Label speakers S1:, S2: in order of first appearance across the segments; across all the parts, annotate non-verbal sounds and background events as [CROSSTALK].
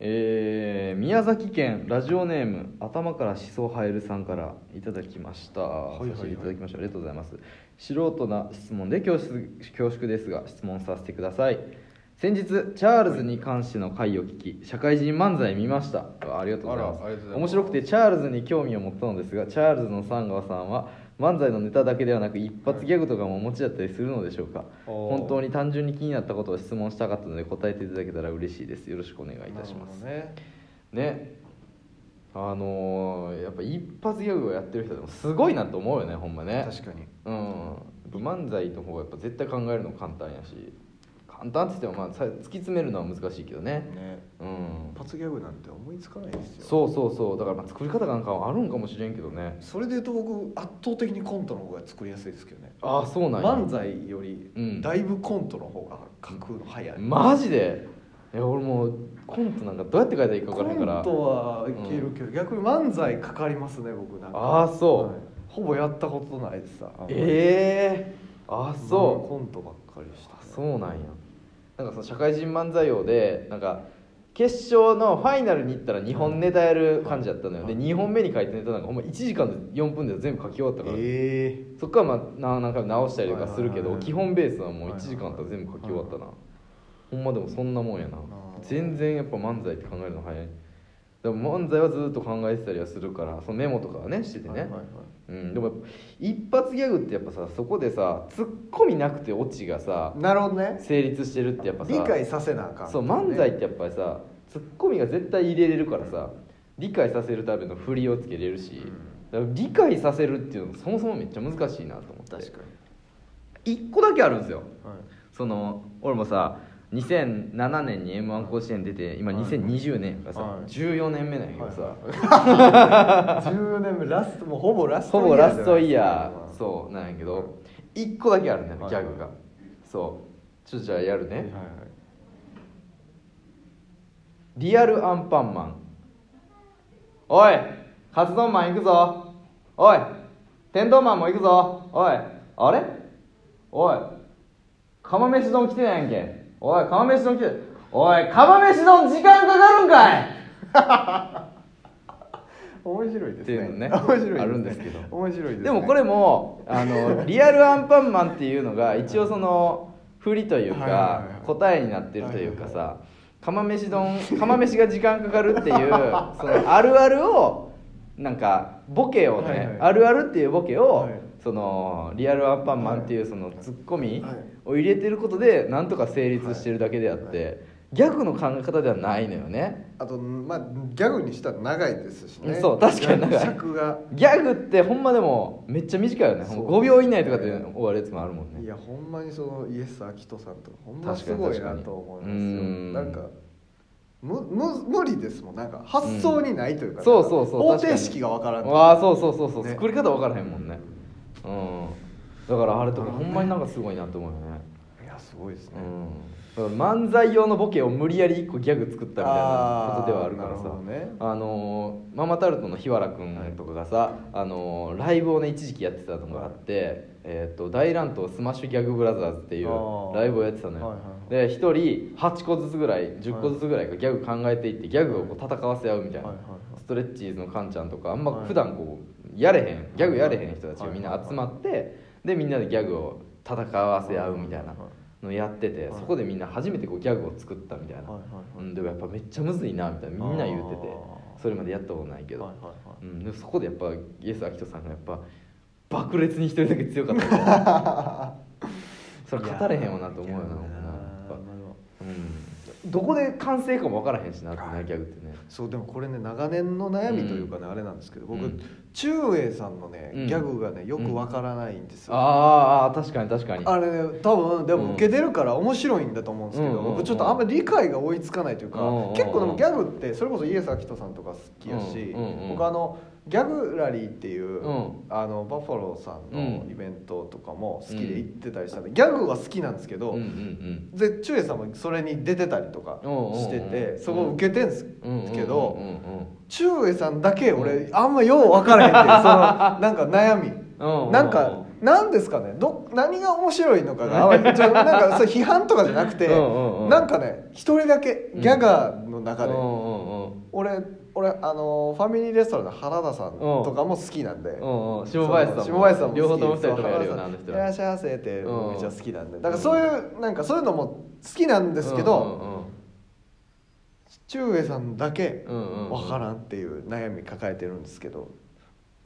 S1: えー宮崎県ラジオネーム頭からしそはえるさんからいただきました、
S2: いはいはい
S1: 差し上げいただきましたありがとうございます素人な質問で恐縮恐縮ですが質問させてください先日チャールズに関しての回を聞き社会人漫才見ましたあありがとうございます
S2: あらありがとうござい
S1: 面
S2: ます
S1: 白くてチャールズに興味を持ったのですがチャールズのサンガワさんは漫才のネタだけではなく一発ギャグとかもお持ちだったりするのでしょうか
S2: おー
S1: 本当に単純に気になったことを質問したかったので答えていただけたら嬉しいですよろしくお願いいたしますね
S2: ね
S1: あのーやっぱ一発ギャグをやってる人でもすごいなと思うよねほんまね
S2: 確かに
S1: うんやっぱ漫才の方がやっぱ絶対考えるの簡単やし簡単って言ってもまあさ突き詰めるのは難しいけどね
S2: ね
S1: うん
S2: 一発ギャグなんて思いつかないですよ
S1: そうそうそうだからまあ作り方がなんかあるんかもしれんけどね
S2: それで言うと僕圧倒的にコントの方が作りやすいですけどね
S1: ああそうなんや
S2: 漫才より
S1: うん
S2: だいぶコントの方が書くの早い、
S1: マジでいや俺もうコントなんかどうやって書いたらいいか分
S2: コ
S1: からへんから
S2: ントはいけるけど、逆に漫才かかりますね僕なんか
S1: ああそう
S2: はいほぼやったことないですさあんまり
S1: ええあ
S2: うん
S1: そう
S2: コントばっかりした
S1: あそうなんやなんかその社会人漫才王でなんか決勝のファイナルに行ったら2本ネタやる感じやったのよで2本目に書いたネタなんかほんま1時間で4分で全部書き終わったから
S2: ええ
S1: そっからまあな何回も直したりとかするけ
S2: はいはい
S1: ど
S2: はい
S1: 基本ベースはもう1時間あったら全部書き終わったなほんまでもそんなもんやな
S2: あー
S1: 全然やっぱ漫才って考えるの早いでも漫才はずっと考えてたりはするからそのメモとかはねしててね、
S2: はいはいはい
S1: うん、でもやっぱ一発ギャグってやっぱさそこでさツッコミなくてオチがさ
S2: なるほどね
S1: 成立してるってやっぱさ
S2: 理解させなあかん、
S1: そう漫才ってやっぱりさツッコミが絶対入れれるからさ理解させるための振りをつけれるし、だから理解させるっていうのもそもそもめっちゃ難しいなと思って
S2: 確か
S1: 1個だけあるんですよ
S2: に、はい、
S1: その俺もさ2007年に m 1甲子園出て今
S2: はい
S1: 2020年やからさ、
S2: はい
S1: 14年目なんやけどさ、
S2: 10年目ラストもうほぼラスト
S1: ほぼラストイヤ
S2: ー
S1: ーそうなんやけど1個だけあるんだよね
S2: はい
S1: ギャグがそうちょっとじゃあやる
S2: はいはい
S1: ねリアルアンパンマンおいカツ丼マン行くぞおい天丼マンも行くぞおいあれおい釜飯丼来てないやんけおい釜飯丼来ておい釜飯丼時間かかるんかい
S2: 面白いですね
S1: っていうのね
S2: 面白いですね
S1: あるんですけど
S2: 面白いです、ね、
S1: でもこれもあのリアルアンパンマンっていうのが一応その振りという
S2: はいはいはいは
S1: か
S2: い
S1: 答えになってるというかさ釜飯丼釜飯が時間かかるっていう
S2: [LAUGHS]
S1: そのあるあるをなんかボケをね、
S2: はいはい
S1: あるあるっていうボケを、
S2: はい
S1: そのリアルアンパンマンっていうそのツッコミ
S2: はい
S1: を入れてることでなんとか成立してるだけであって、ギャグの考え方ではないのよね。
S2: あとまあギャグにしたら長いですしね
S1: そう確かに長い
S2: 尺が
S1: ギャグってほんまでもめっちゃ短いよね
S2: そう
S1: ほんま5秒以内とかで終わるやつもあるもんね
S2: いやほんまにそのイエス・アキトさんとかほんますごいなと思
S1: 確かに確かにう
S2: いますよ
S1: ん
S2: なんかむむ無理ですもんなんか発想にないというか、
S1: そうそうそう
S2: 方
S1: 確か
S2: 程
S1: に
S2: 式がわからんと
S1: ああそうそうそうそう、
S2: ね
S1: 作り方分からへんもんねうんだからあれとかほんまになんかすごいなと思うよね
S2: いやすごいですね、
S1: うんだから漫才用のボケを無理やり1個ギャグ作ったみたいなことではあるから
S2: あー
S1: さ
S2: なるほどね
S1: あのーママタルトの日原君とかがさ、あのーライブをね一時期やってたのがあって、えー、と大乱闘スマッシュギャグブラザーズっていう
S2: あー
S1: ライブをやってたのよ、
S2: はいはい
S1: で1人8個ずつぐらい10個ずつぐらいがギャグ考えていってギャグをこう戦わせ合うみたいな、
S2: はいはいはい
S1: ストレッチーズのカンちゃんとかあん
S2: は
S1: ま
S2: い
S1: 普段こうやれへんギャグやれへん人たちがみんな集まってでみんなでギャグを戦わせ合うみたいなのやってて
S2: はい
S1: そこでみんな初めてこうギャグを作ったみたいな、
S2: はいはいはい
S1: うん、でもやっぱめっちゃむずいなみたいなみんな言うてて
S2: あー
S1: それまでやったことないけど、
S2: はいはいはい
S1: うん、でそこでやっぱイエス・アキトさんがやっぱ爆裂に一人だけ強かったみたいな
S2: [LAUGHS]
S1: それ語れへんわなと思うよなほんまなやっぱ
S2: なるほど
S1: うん、どこで完成かも分からへんしなってなギャグってね
S2: そうでもこれね長年の悩みというかね、あれなんですけど僕、
S1: うん
S2: 中英さんのね、
S1: うん
S2: ギャグがねよくわからないんですよ、
S1: あーあー確かに確かに
S2: あれね多分で
S1: うん
S2: も受けてるから面白いんだと思うんですけど、
S1: うんうんうん
S2: 僕ちょっとあんまり理解が追いつかないというか、
S1: うんうんうん
S2: 結構でもギャグってそれこそイエス・アキトさんとか好きやし、
S1: うんうんうん
S2: 僕あのギャグラリーっていう、
S1: うん
S2: あのバッファローさんの
S1: うん
S2: イベントとかも好きで行ってたりしたんで、ギャグは好きなんですけ
S1: う
S2: ど、
S1: んうんうん
S2: で中英さんもそれに出てたりとかして
S1: うんうんう
S2: て
S1: ん
S2: そこ受けてんす
S1: うんうん
S2: けど
S1: うん
S2: 中英さんだけ俺あんまよう分からへんっ
S1: [LAUGHS]
S2: ていうそのなんか悩み
S1: うんうん
S2: なんか何ですかねど何が面白いのかがあんまりちょなんかそう批判とかじゃなくて
S1: うんうんうん
S2: なんかね一人だけギャガーの中で
S1: うんうん
S2: 俺俺あのファミリーレストランの原田さんとかも好きなんで、
S1: うんうん下林さんも
S2: そう下林さんも好き
S1: 両方とも二人とかやるよ
S2: そう
S1: なあ
S2: 原
S1: の
S2: 田さ
S1: 人
S2: んいらっしゃいませって
S1: うん
S2: めっちゃ好きなんでだからそういうなんかそういうのも好きなんですけど、中江さんだけ
S1: うんうんうん
S2: わからんっていう悩み抱えてるんですけど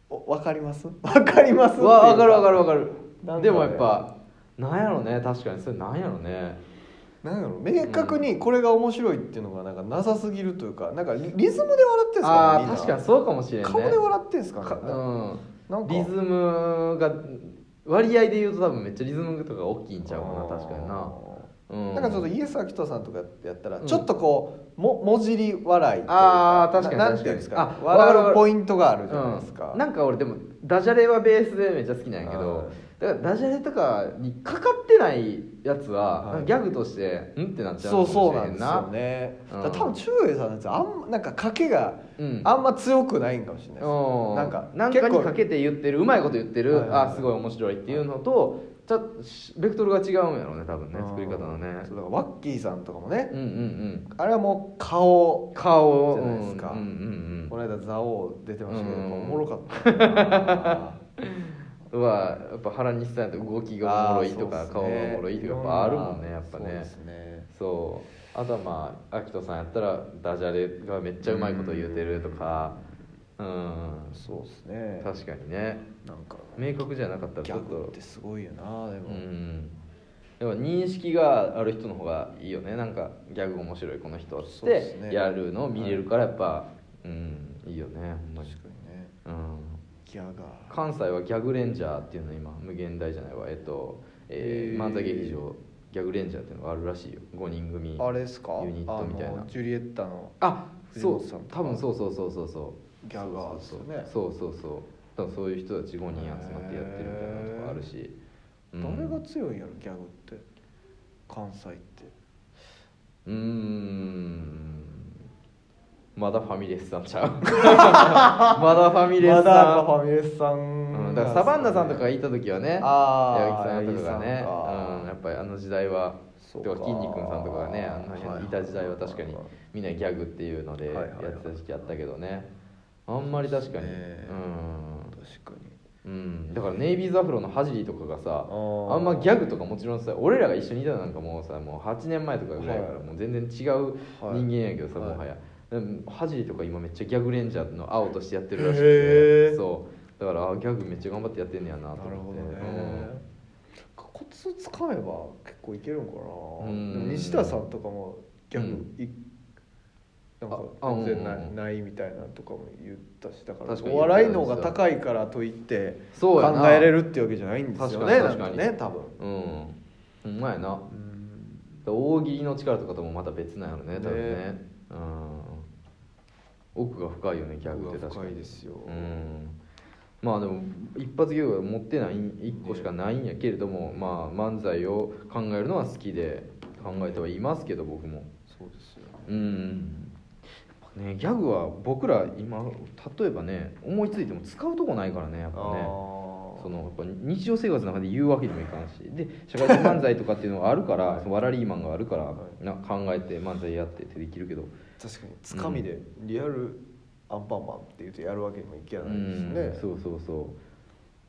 S2: おわかります [LAUGHS] わかります
S1: うわ分かる分かる
S2: わ
S1: 分かる
S2: なんかね
S1: でもやっぱなんやろね確かにそれなんやろね
S2: なんやろ明確にこれが面白いっていうのがなんかなさすぎるというかなんかリリズムで笑ってんすか
S1: あ
S2: ね
S1: あ
S2: みんな
S1: 確かにそうかもしれんね
S2: 顔で笑ってんすかね
S1: か
S2: な
S1: うんん
S2: か
S1: リズムが割合で言うと多分めっちゃリズムとか大きいんちゃうかな確かになうん
S2: なんかちょっとイエス・アキトさんとかやったら
S1: うん
S2: ちょっとこうももじり笑いという
S1: あー確かに
S2: なな
S1: 確かに
S2: んていうんですか
S1: あわかるわ
S2: 笑
S1: か
S2: う
S1: る
S2: ポイントがあるじゃないですか、
S1: うん、なんか俺でもダジャレはベースでめっちゃ好きなんやけ
S2: は
S1: どだからダジャレとかにかかってないやつは、
S2: は
S1: な
S2: い
S1: んかギャグとしてうんってなっちゃう
S2: そう
S1: か
S2: そう
S1: もし
S2: な
S1: れ
S2: ん
S1: へんう
S2: ですよね、
S1: ん
S2: だから多分中英さんのやつあんまなんか賭けが
S1: うん
S2: あんま強くないんかもしれないです、
S1: うん
S2: なんか
S1: なん
S2: 結
S1: か
S2: 構
S1: にかけて言ってるうまいこと言ってる、
S2: はいはいはい
S1: あすごい面白いっていうのとちょっとしベクトルが違うんやろうね多分ね
S2: うん
S1: 作り方のね
S2: そうだからワッキーさんとかもね
S1: うんうんうん
S2: あれはもう顔
S1: 顔
S2: じゃないですか
S1: うんうん
S2: この間蔵王出てましたけど、
S1: うん
S2: やっぱおもろかった
S1: [LAUGHS]
S2: な
S1: うんはやっぱ原西さんと動きがおもろいとか、
S2: あーそ
S1: 顔
S2: う
S1: が
S2: っ
S1: お
S2: すね
S1: もろいとかやっぱあるもんねやっぱ
S2: そうで
S1: ね
S2: すね
S1: そうあとはまあアキトさんやったらダジャレがめっちゃうまいこと言うてるとかうん
S2: そうですね
S1: 確かにね
S2: なんか
S1: 明確じゃなかったら
S2: ギ
S1: ちょ
S2: ャ
S1: っ
S2: グっ
S1: と
S2: てすごいよなで
S1: う
S2: も、
S1: んでも認識がある人の方がいいよねなんかギャグ面白いこの人っ
S2: そうです
S1: て
S2: ね
S1: やるのを見れるからやっぱ、うんいいよねほんま
S2: 確
S1: に
S2: かにね
S1: うん
S2: ギャガー
S1: 関西はギャグレンジャーっていうの今無限大じゃないわえっと、えー
S2: へー
S1: 漫才劇場ギャグレンジャーっていうのがあるらしいよ5人組
S2: あれですか
S1: ユニットみたいな
S2: あのジュリエッタの
S1: あそ
S2: 藤本さん
S1: う
S2: とか
S1: 多分そうそうそうそうそう
S2: ギャガーですよね
S1: そうそうそうそう多分そういう人たち5人集まってやってるみたいなとこあるし、うん
S2: 誰が強いんやろギャグって関西って
S1: うーんまだファミレスさん
S2: [LAUGHS]
S1: ちゃうまだファミレス
S2: まだ
S1: さ
S2: やっぱ
S1: ん、
S2: ファミレスさん
S1: うん、だからサバンナさんとかがいた時はね
S2: あー
S1: 矢吹さんとかがね
S2: 矢吹さんか
S1: うん、やっぱりあの時代は
S2: そうか
S1: とか筋肉さんとかがねあの
S2: はい
S1: 辺いた時代は確かにみんなギャグっていうので
S2: はい
S1: や
S2: はいはい
S1: ってた時期あったけどねあんまり確かに、
S2: そうですね
S1: うん
S2: 確かに
S1: うん、だからネイビーズアフロのハジリとかがさ
S2: あー
S1: あんまギャグとかもちろんさ俺らが一緒にいたのなんかもうさもう8年前とかぐらいから
S2: はい
S1: もう全然違う人間やけどさ、
S2: はい
S1: もはや、でもハジリとか今めっちゃギャグレンジャーの青としてやってるらしく
S2: へ
S1: て
S2: ー
S1: そうだからあギャグめっちゃ頑張ってやってんねやなと
S2: なる
S1: 思
S2: ほ
S1: っ
S2: ど
S1: て
S2: ねコツつかめば結構いけるんかな
S1: うん
S2: でも西田さんとかもギャグいなんか
S1: ああ
S2: 全然な
S1: うんうんう
S2: い
S1: ん
S2: ないみたいなとかも言ったしだから
S1: 確かに
S2: お笑いの方が高いからといって
S1: そ
S2: 考
S1: うやな
S2: えれるってわけじゃないんですよ
S1: 確
S2: ね
S1: かに確かに
S2: なんね多分
S1: うん、うん、ほんまやな
S2: うん
S1: 大喜利の力とかともまた別なんやろね多分ね
S2: ね
S1: うん奥が深いよねギャグって確か
S2: 深い
S1: に
S2: ですよ
S1: うんまあでも一発芸は持ってない1個しかないんやけれども、まあ、漫才を考えるのは好きで考えてはいますけど僕も
S2: そうですよ
S1: うんねギャグは僕ら今例えばね思いついても使うとこないからねやっぱねそのやっぱ日常生活の中で言うわけにもいかんしで社会人漫才とかっていうのがあるから、そのワラリーマンがあるから、
S2: は
S1: な考えて漫才やってってできるけど
S2: 確かにつかみでリアルアンパンマンって言うとやるわけにもいけないで
S1: うん
S2: す
S1: そ
S2: ね
S1: うそうそ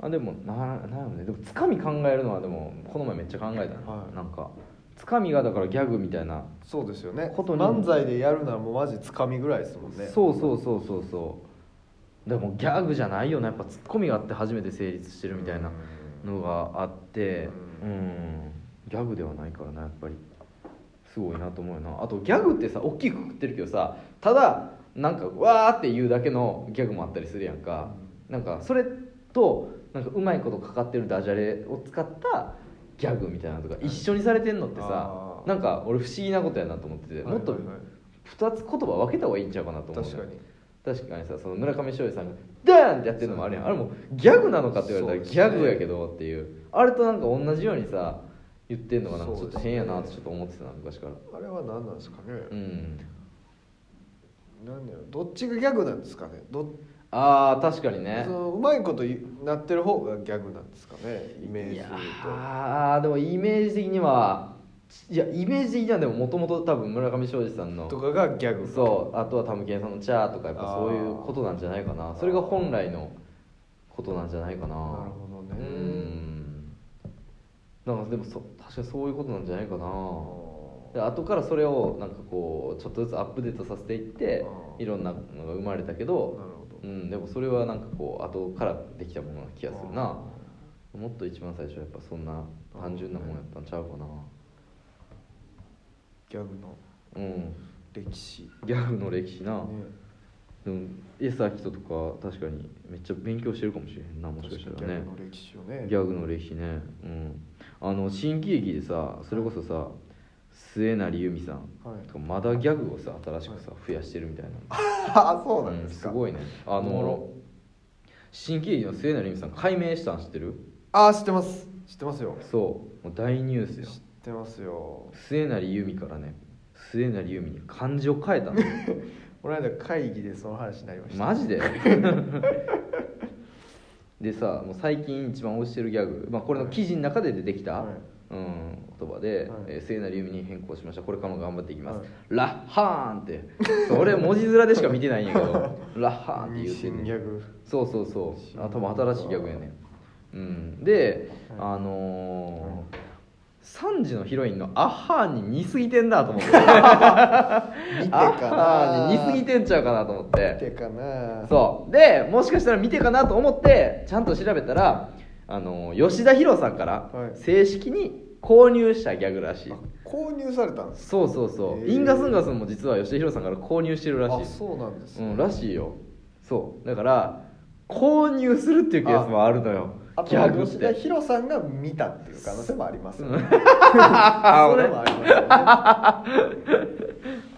S1: うあでもななんやろねでもつかみ考えるのはでもこの前めっちゃ考えたな,、
S2: はい
S1: なんかつかみがだからギャグみたいな、
S2: そうですよね
S1: ことにも
S2: 漫才でやるならもうマジつかみぐらいですもんね
S1: そうそうそうそうそうでもギャグじゃないよなやっぱツッコミがあって初めて成立してるみたいなのがあってう
S2: う
S1: んギャグではないからなやっぱりすごいなと思うよなあとギャグってさ大きくくってるけどさただなんかわーって言うだけのギャグもあったりするやんかなんかそれとなんかうまいことかかってるダジャレを使ったギャグみたいなのとか一緒にされてんのってさ
S2: あー
S1: なんか俺不思議なことやなと思っててもっと
S2: はいはいはい
S1: 2つ言葉分けた方がいいんちゃうかなと思うね
S2: 確かに
S1: 確かにさその村上翔也さんがダーンってやってるのもあるやんあれもギャグなのかって言われたら
S2: そう
S1: ギ
S2: ですね
S1: ャグやけどっていうあれとなんか同じようにさ言ってんのがなんかち
S2: そ
S1: ょ
S2: う
S1: っ
S2: です
S1: と
S2: ね
S1: 変やなってちょっと思ってたな昔から
S2: あれは何なんですかね、
S1: うん
S2: なんだよどっちがギャグなんですかねどっ
S1: あー確かにね
S2: そのうまいこといなってる方がギャグなんですかねイメージ
S1: い
S2: で
S1: や
S2: 言う
S1: ーでもイメージ的にはいやイメージ的にはでももともと多分村上庄司さんの
S2: とかがギャグ
S1: そうあとはタムケンさんの「チャー」とかやっぱそういう
S2: あー
S1: ことなんじゃないかなそれが本来のことなんじゃないかな
S2: なるほどね
S1: うんなんかでもそ確かにそういうことなんじゃないかな
S2: あ
S1: で後からそれをなんかこうちょっとずつアップデートさせていって
S2: あー
S1: いろんなのが生まれたけ
S2: ー
S1: ど、
S2: なるほど
S1: うん、でもそれはなんかこう後からできたものな気がするな
S2: あ
S1: もっと一番最初はやっぱそんな単純なもんやったんちゃうかな
S2: ーギャグの
S1: うん
S2: 歴史
S1: ギャグの歴史な、
S2: ね
S1: でもエスアキトとか確かにめっちゃ勉強してるかもしれへんなもしかしたらね
S2: 確かにギャグの歴史をね
S1: ギャグの歴史ねうんあの新喜劇でさそれこそさ末成由美さん
S2: はい
S1: とかまだギャグをさ新しくさ増やしてるみたいな
S2: [LAUGHS] あそうなんですか、
S1: うんすごいねあ
S2: お
S1: の
S2: もろ
S1: 新喜劇の末成由美さん解明したん知ってる
S2: あー知ってます知ってますよ
S1: そうもう大ニュース
S2: 知
S1: よ
S2: ってますよ
S1: 末成由美からね末成由美に漢字を変えたの
S2: [LAUGHS] この間会議でその話になりました
S1: マジ
S2: [LAUGHS]
S1: ででさもう最近一番推してるギャグ、まあ、これの記事の中で出てきた、
S2: はい
S1: うん、言葉で、
S2: はい
S1: えー聖なる由美に変更しましたこれからも頑張っていきます、
S2: はい
S1: ラッハーンってそれ文字面でしか見てないんやけ
S2: [LAUGHS]
S1: どラッハーンって言うてん
S2: 新
S1: ねん
S2: ギャグ
S1: そうそうそ
S2: 新ギ
S1: う
S2: ャ
S1: あ
S2: グ
S1: 多分新しいギャグやねうんで、
S2: は
S1: あのー
S2: はい
S1: 3時のヒロインのアッハーンに似すぎてんなと
S2: [LAUGHS]
S1: 思って
S2: 見て
S1: アッハ
S2: かな
S1: ーンに似すぎてんちゃうかなと思って
S2: 見てかな
S1: そうでもしかしたら見てかなと思ってちゃんと調べたらあの吉田博さんから
S2: はい
S1: 正式に購入したギャグらしい、
S2: あ購入されたんです
S1: そうそうそう、
S2: へー
S1: インガスンガスンも実は吉田博さんから購入してるらし
S2: あ
S1: い
S2: そうなんです
S1: う
S2: ね、
S1: んらしいよそうだから購入するっていうケースもあるのよ
S2: あと
S1: ギ
S2: は
S1: ャグっ
S2: 吉田
S1: て
S2: ヒロさんが見たっていう [LAUGHS] 可能性もありますよね、
S1: あ
S2: それもありますよね